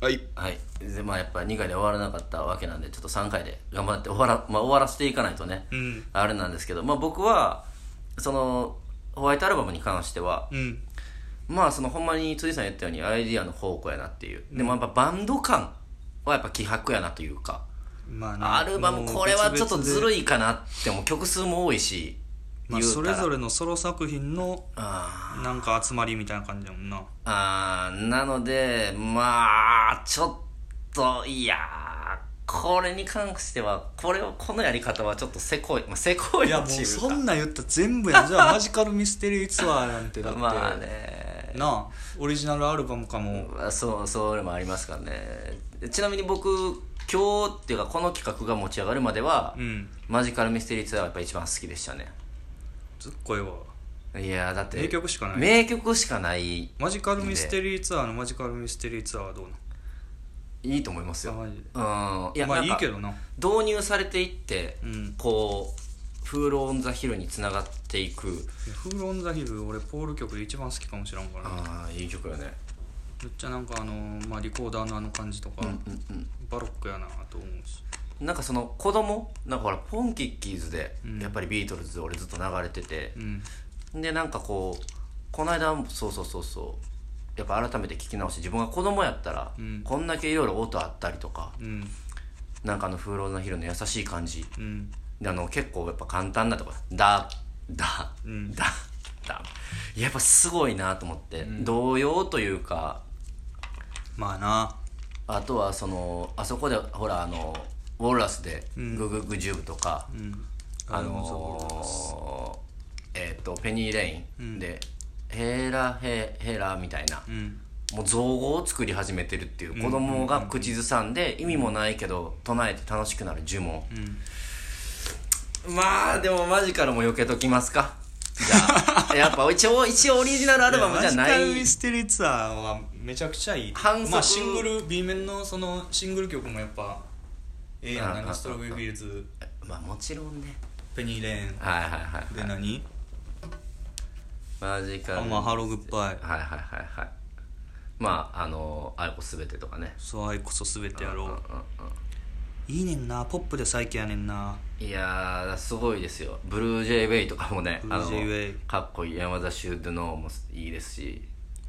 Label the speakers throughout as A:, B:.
A: はい
B: はいでまあやっぱ2回で終わらなかったわけなんでちょっと3回で頑張って終わら,、まあ、終わらせていかないとね、
A: うん
B: あれなんですけど、まあ、僕はそのホワイトアルバムに関しては、
A: うん
B: まあそのほんまに辻さん言ったようにアイディアの宝庫やなっていう、でもやっぱバンド感はやっぱ希薄やなというか
A: まあな
B: アルバムこれはちょっとずるいかなってもう曲数も多いし
A: まあ、
B: 言う
A: そ
B: た
A: れ
B: ら
A: ぞれのソロ作品の
B: あ
A: なんか集まりみたいな感じだもんな
B: ーあーなのでまあちょっといやーこれに関してはこれをこのやり方はちょっとせこい、まあ、せこい
A: い
B: っ
A: やもう
B: ていう
A: そ
B: か
A: んなん言ったら全部やんじゃあマジカルミステリーツアーなんてだって、
B: まあね
A: なあオリジナルアルバムかも
B: まあそうそれもありますからねちなみに僕今日っていうかこの企画が持ち上がるまでは、
A: うん
B: マジカルミステリーツアーがやっぱ一番好きでしたね
A: ずっこいわ
B: いやーだって
A: 名曲しかない
B: 名曲しかない
A: マジカルミステリーツアーのマジカルミステリーツアーはどうない
B: いと思います
A: や
B: よ
A: マジで
B: うんいや、
A: まあ
B: なん
A: い
B: か
A: いけどな
B: 導入されていって、
A: うん
B: こう「フール・オン・ザ・ヒル」につながっていく
A: 「フール・オン・ザ・ヒル」俺ポール曲で一番好きかもしらんからな
B: ああいい曲よね
A: めっちゃなんかあのーまあリコーダーのあの感じと
B: う
A: か、
B: んうん
A: バロックやなと思うし
B: なんかその子供なんかほらポンキッキーズでやっぱりビートルズ俺ずっと流れてて、
A: うん
B: でなんかこうこの間そうそうそうそうやっぱ改めて聞き直して自分が子供やったら、
A: うん
B: こんだけいろいろ音あったりとか
A: うん
B: なんかあの「風浪のヒル」の優しい感じ
A: うん
B: であの結構やっぱ簡単なとこだだ
A: うん
B: だだやっぱすごいなと思って、動揺というか
A: まあな
B: あとはそのあそこでほらあのウォーラスで「グググジューブ」とか、
A: うん
B: あのー、えっ、とペニー・レインで「ヘラヘヘラ」みたいな
A: うん
B: もう造語を作り始めてるっていう子供が口ずさんで意味もないけど唱えて楽しくなる呪文
A: うん
B: まあでもマジカルも避けときますかじゃ あやっぱ一応一応オリジナルアルバムじゃな
A: やマジカル
B: い
A: ミステリーツアーはめちゃくちゃいい
B: 反則
A: まあ、シングル B 面のそのシングル曲もやっぱええや
B: うんん
A: 何ストロベリーフィールズ
B: まあもちろんね
A: ペニーレーン
B: はいはいはい
A: で何
B: マジカル
A: あまあハローグッバイ
B: はいはいはいはいまああの「愛をすべて」とかね
A: そう愛こそ全てや
B: う
A: ろ
B: んうん
A: ういいねんなポップで最強やねんな
B: うんいやーすごいですよブルージェイ・ウェイとかもね
A: ブルージェイウェイ
B: あのかっこいい山田シュードゥノーもいいですし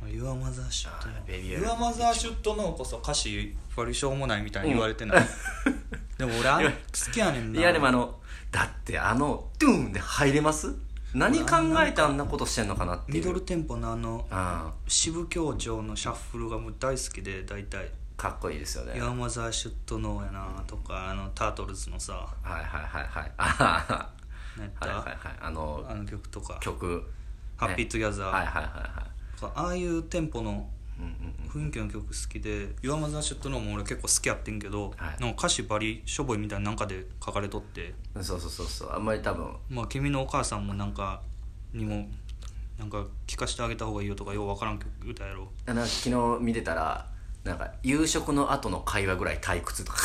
A: ユアマザーシュット
B: あーベビー
A: ユアマザーシュットのこそ歌詞割りしょうもないみたいに言われてない、 でも俺あれ好きやねんない
B: やでもあのだってあのドゥーンで入れます何考えてあんなことしてんのかなっていう
A: ミドルテンポのあの
B: あ
A: 支部教場のシャッフルがもう大好きで大体
B: あかっこいいですよね
A: 「ヤーマザーシュットノー」やなとかあのタートルズのさ
B: はいはいはいはいあはは
A: 何やった
B: はいはいはいあの
A: あの曲とか
B: 曲
A: 「ハッピートゥギャザ
B: は
A: ー
B: いはいはいは」
A: とかああいうテンポの
B: いうんうん
A: 雰囲気の曲好きで「ユアマザーシュットノー」も俺結構好きやってんけど、
B: はい
A: なんか歌詞バリしょぼいみたいななんかで書かれとって
B: うんそうそうそうそうあんまり多分
A: まあ君のお母さんもなんかにもなんか聞かしてあげた方がいいよとかようわからん曲歌やろ
B: なんか昨日見てたらなんか夕食の後の会話ぐらい退屈とか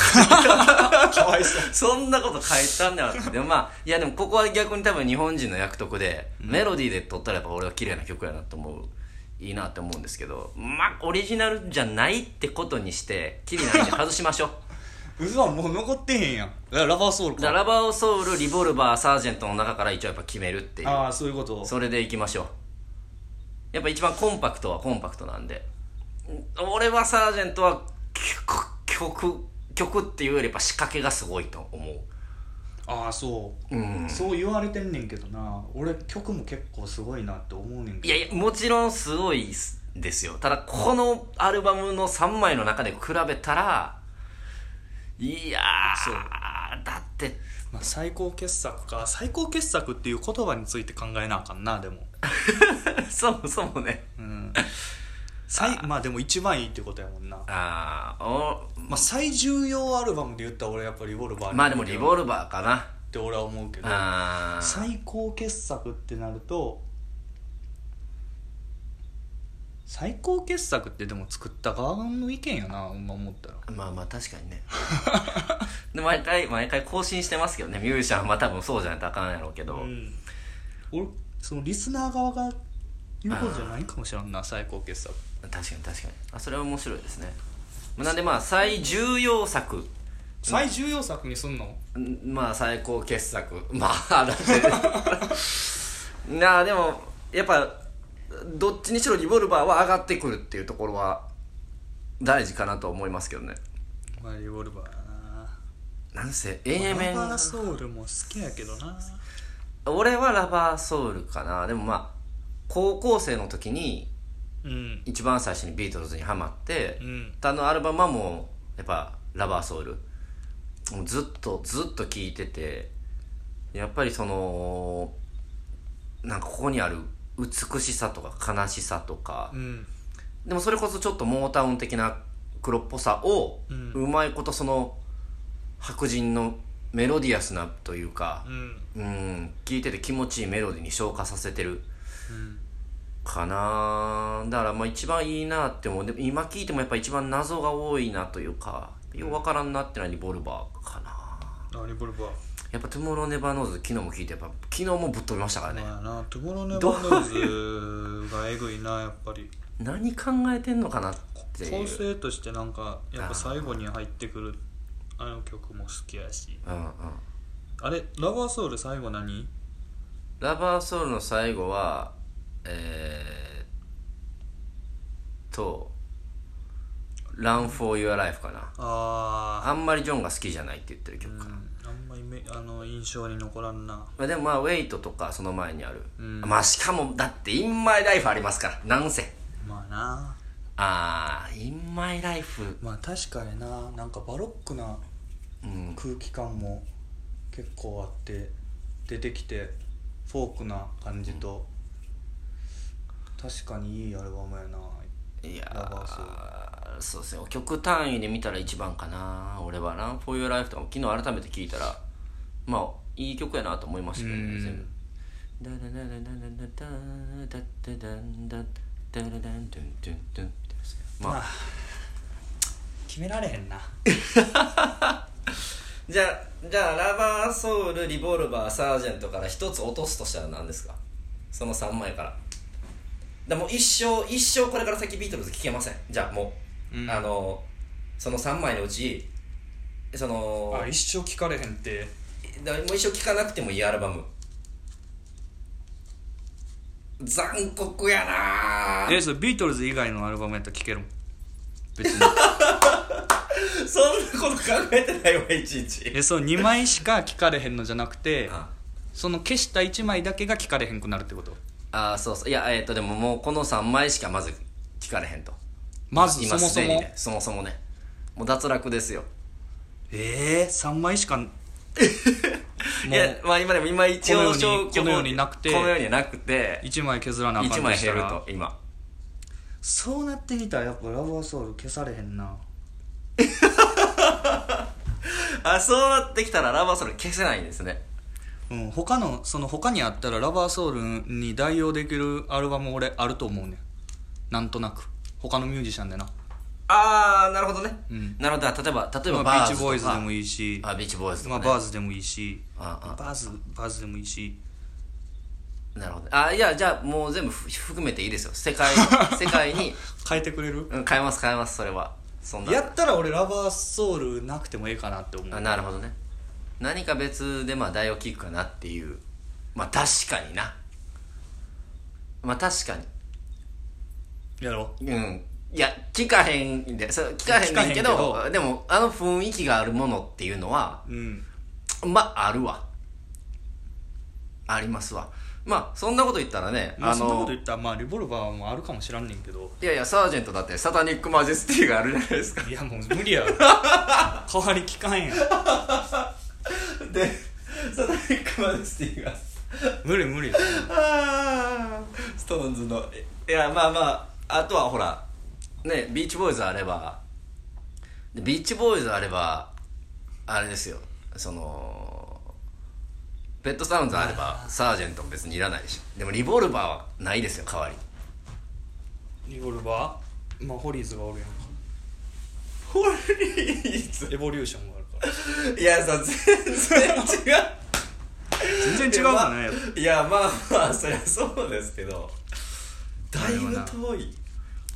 A: かわいそう
B: そんなこと書いたんだよでもまあいやでもここは逆に多分日本人の役得で、メロディーで撮ったらやっぱ俺は綺麗な曲やなと思ういいなって思うんですけどまあオリジナルじゃないってことにしてきりないんで外しまし ょう
A: 嘘もう残ってへんやんだからラバーソウル
B: だからラバー・ソウルリボルバー・サージェントの中から一応やっぱ決めるっていう
A: ああそういうこと
B: それでいきましょうやっぱ一番コンパクトはコンパクトなんでうん俺はサージェントは曲曲曲っていうよりやっぱ仕掛けがすごいと思う
A: ああそう、
B: うん
A: そう言われてんねんけどな俺曲も結構すごいなって思うねん
B: い
A: け
B: やいやもちろんすごいっすですよただこのアルバムの3枚の中で比べたらいや
A: そう
B: ーだって
A: ど、まあ、最高傑作か最高傑作っていう言葉について考えなあかんなでも、
B: そもそもね
A: うん、最まあでも一番いいってことやもんな、
B: ああお
A: まあ、最重要アルバムで言ったら俺やっぱリボルバー
B: まあでもリボ
A: ル
B: ルバーかな
A: って俺は思うけど
B: あー
A: 最高傑作ってなると最高傑作ってでも作った側の意見やな今思ったら
B: まあまあ確かにね で毎回毎回更新してますけどねミュージシャンは多分そうじゃないとあかんやろうけど、
A: うん、俺そのリスナー側が言うことじゃないかもしれんな最高傑作
B: 確かに確かにあそれは面白いですねまあなんでまあ最重要作
A: 最重要作にすんの
B: んまあ最高傑作 まあだって なあでもやっぱどっちにしろリボルバーは上がってくるっていうところは大事かなと思いますけどね
A: まあリボルバーやな
B: なんせ A 面
A: ラバーソウルも好きやけどな
B: 俺はラバーソウルかなでもまあ高校生の時に
A: うん
B: 一番最初にビートルズにハマって、
A: うん
B: あのアルバムはもうやっぱ「ラバーソウル」もうずっとずっと聴いててやっぱりそのなんかここにある美しさとか悲しさとか
A: う、ん
B: でもそれこそちょっとモータウン的な黒っぽさを、
A: う
B: うんまいことその白人のメロディアスなというか
A: う、ん
B: うん、聴いてて気持ちいいメロディーに昇華させてる
A: うん
B: かなだからまあ一番いいなって思うでも今聞いてもやっぱ一番謎が多いなというかようわからんなってのはリボルバーかな
A: あリボルバー
B: やっぱ「トゥモロー・ネバー・ノーズ」昨日も聞いてやっぱ昨日もぶっ飛びましたからね
A: まあなトゥモローネバーノーズがえぐいなやっぱり
B: 何考えてんのかなっていう
A: 構成としてなんかやっぱ最後に入ってくるあの曲も好きやし
B: うんうん
A: あれラバーソウル最後何
B: ラバーソウルの最後はえー、と「Run for Your Life」かな
A: あ
B: あんまりジョンが好きじゃないって言ってる
A: ーう
B: 曲
A: ん
B: かな、
A: あんまりめあの印象に残らんな
B: まあ、でもまあ「ウェイト」とかその前にある、
A: うん
B: まあしかもだって「インマイライフ」ありますからなんせ
A: まあな
B: ああインマイライフ
A: まあ確かにななんかバロックな
B: うん
A: 空気感も結構あって出てきてフォークな感じと、確かにいいアルバムやないラバーソ
B: やーそうですね曲単位で見たら一番かな俺は「ランフォーユーライフとかも昨日改めて聴いたらまあいい曲やなと思いましたけど
A: う
B: ね
A: ん
B: 全部ダダダダダダダダダダンダダダダントゥントゥントゥンってやつまあ
A: 決められへんな
B: じゃあじゃあラバーソウルリボルバーサージェントから一つ落とすとしたら何ですかその3枚からでもう一生一生これから先ビートルズ聴けませんじゃあもう、
A: うん
B: あのその3枚のうちその
A: あ一生聴かれへんって
B: だもう一生聴かなくてもいいアルバム残酷やなぁ
A: えそれビートルズ以外のアルバムやったら聴けるもん別 に
B: そんなこと考えてないわいちいち
A: えそう2枚しか聴かれへんのじゃなくて
B: あ
A: その消した1枚だけが聴かれへんくなるってこと
B: あそうそういやえっ、とでももうこの3枚しかまず聴かれへんと
A: まずそ
B: 今
A: も
B: す
A: そ
B: でに
A: も
B: ねそもそもねもう脱落ですよ
A: ええー、3枚しかも
B: いや
A: う
B: まあ今でも今一応
A: この世に
B: 消去法
A: この世になくて
B: このようになくて
A: 1枚削らなあかん
B: 1
A: と
B: 枚
A: し
B: 減
A: た
B: る
A: ら
B: と今
A: そうなってきたらやっぱラバーソウル消されへんな
B: あそうなってきたらラバーソル消せないんですね
A: うん他のその他にあったらラバーソウルに代用できるアルバム俺あると思うねんなんとなく他のミュージシャンでな、
B: ああなるほどね、
A: うん
B: なるほど例えば例え
A: ま
B: ばバー
A: あ、ビーチ
B: ズとか
A: ボーイズでもいいし
B: あビーチボーイズと
A: ま
B: か、
A: あ、
B: ね
A: バーズでもいいし
B: あ
A: バーズバーズでもいいし
B: あなるほどあいやじゃあもう全部ふ含めていいですよ世界世界 に、
A: 変えてくれる
B: うん、変えます変えますそれはそんな
A: やったら俺ラバーソウルなくてもええかなって思
B: あ
A: う
B: なるほどね何か別でまあ代を聞くかなっていうまあ確かになまあ確か
A: やろ
B: にうんいや聞かへんんでそれ聞かへんねんけ
A: 聞かへ
B: ど
A: ん
B: でもあの雰囲気があるものっていうのは
A: うん
B: まああるわありますわまあそんなこと言ったらね
A: まあ、
B: あ
A: そんなこと
B: の
A: 言ったらまあリボルバーもあるかもしらんねんけど
B: いやいやサージェントだってサタニックマジェスティがあるじゃないですか
A: いやもう無理やろ 代わり聞かへんやん
B: でサタニックマジェスティが
A: 無理無理
B: あーストーンズのいやまあまああとはほらねビーチボーイズあればでビーチボーイズあればあれですよそのペットサウンズあればサージェントも別にいらないでしょでもリボルバーはないですよ代わり
A: リボルバーまあホリーズがおるやんか
B: ホリーズ
A: エボリューションがあるから
B: いやさ全然違う
A: 全然違うかね
B: いやまあまあそりゃそうですけどだいぶ遠い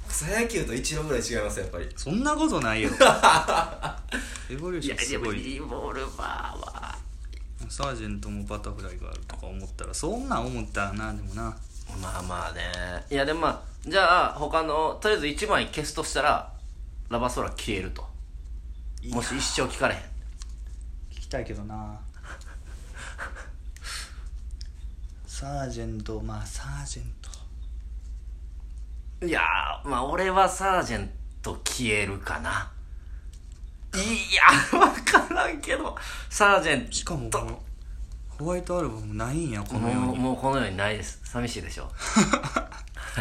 B: 草野球とイチローぐらい違いますやっぱり
A: そんなことない よエボリュー
B: い
A: ショ
B: や
A: ン
B: ですも
A: ごい
B: リボルバーは
A: サージェントもバタフライがあるとか思ったらそんなん思ったらなでもな
B: まあまあねいやでもまあじゃあ他のとりあえず1枚消すとしたらラバーソーラー消えると
A: いや
B: もし一生聞かれへん
A: 聞きたいけどなサージェントまあサージェント
B: いやーまあ俺はサージェント消えるかないや分からんけどサージェント
A: しかもこのホワイトアルバムないんやこの
B: も
A: よ
B: う
A: うに
B: もうこのようにないです寂しいでしょは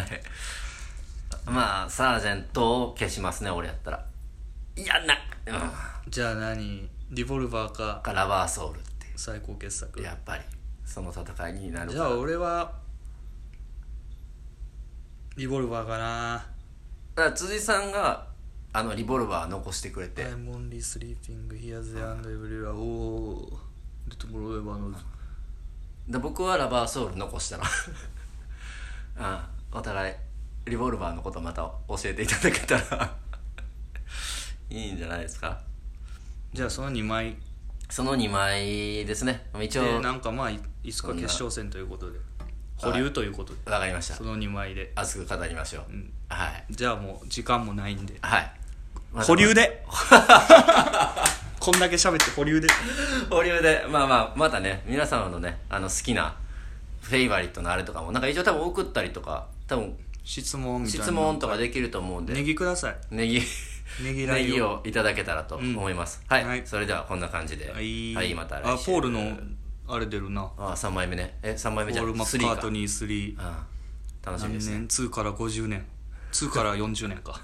B: い まあサージェントを消しますね俺やったらいやなうん
A: じゃあ何リボルバーか
B: かラバーソウルってい
A: 最高傑作
B: うやっぱりその戦いになる
A: じゃあ俺はリボルバーかな
B: だから辻さんがあのリボルバー残してくれて、
A: I'm only sleeping here, there and everywhere おー The tomorrow ever knows
B: で僕はラバーソウル残したの ああお互いリボルバーのことまた教えていただけたら いいんじゃないですか
A: じゃあその2枚
B: その2枚ですね一応
A: でなんかまあいいつか決勝戦ということで保留ということで
B: わかりました
A: その2枚で
B: 熱く語りましょう、
A: ん
B: はい
A: じゃあもう時間もないんで
B: はい
A: 保留で こんだけ喋って保留で
B: 保留でまあまあまたね皆様のねあの好きなフェイバリットのあれとかもなんか一応多分送ったりとか多分
A: 質問みたいな
B: 質問とかできると思うんで
A: ネギください
B: ネギ
A: ネギラ
B: ネ
A: イ
B: ギ
A: オ
B: をいただけたらと思います、はい、
A: はい
B: それではこんな感じでは
A: はい
B: また来週
A: あポールのあれ出るな
B: あ3枚目ねえ三3枚
A: ポ
B: 目じゃ
A: ール・
B: ん
A: マ
B: ス
A: ッ
B: リ
A: カ
B: ー
A: ート
B: か
A: ニー3
B: ああ楽しみ
A: 何
B: ですね
A: 年2から50年2から40年か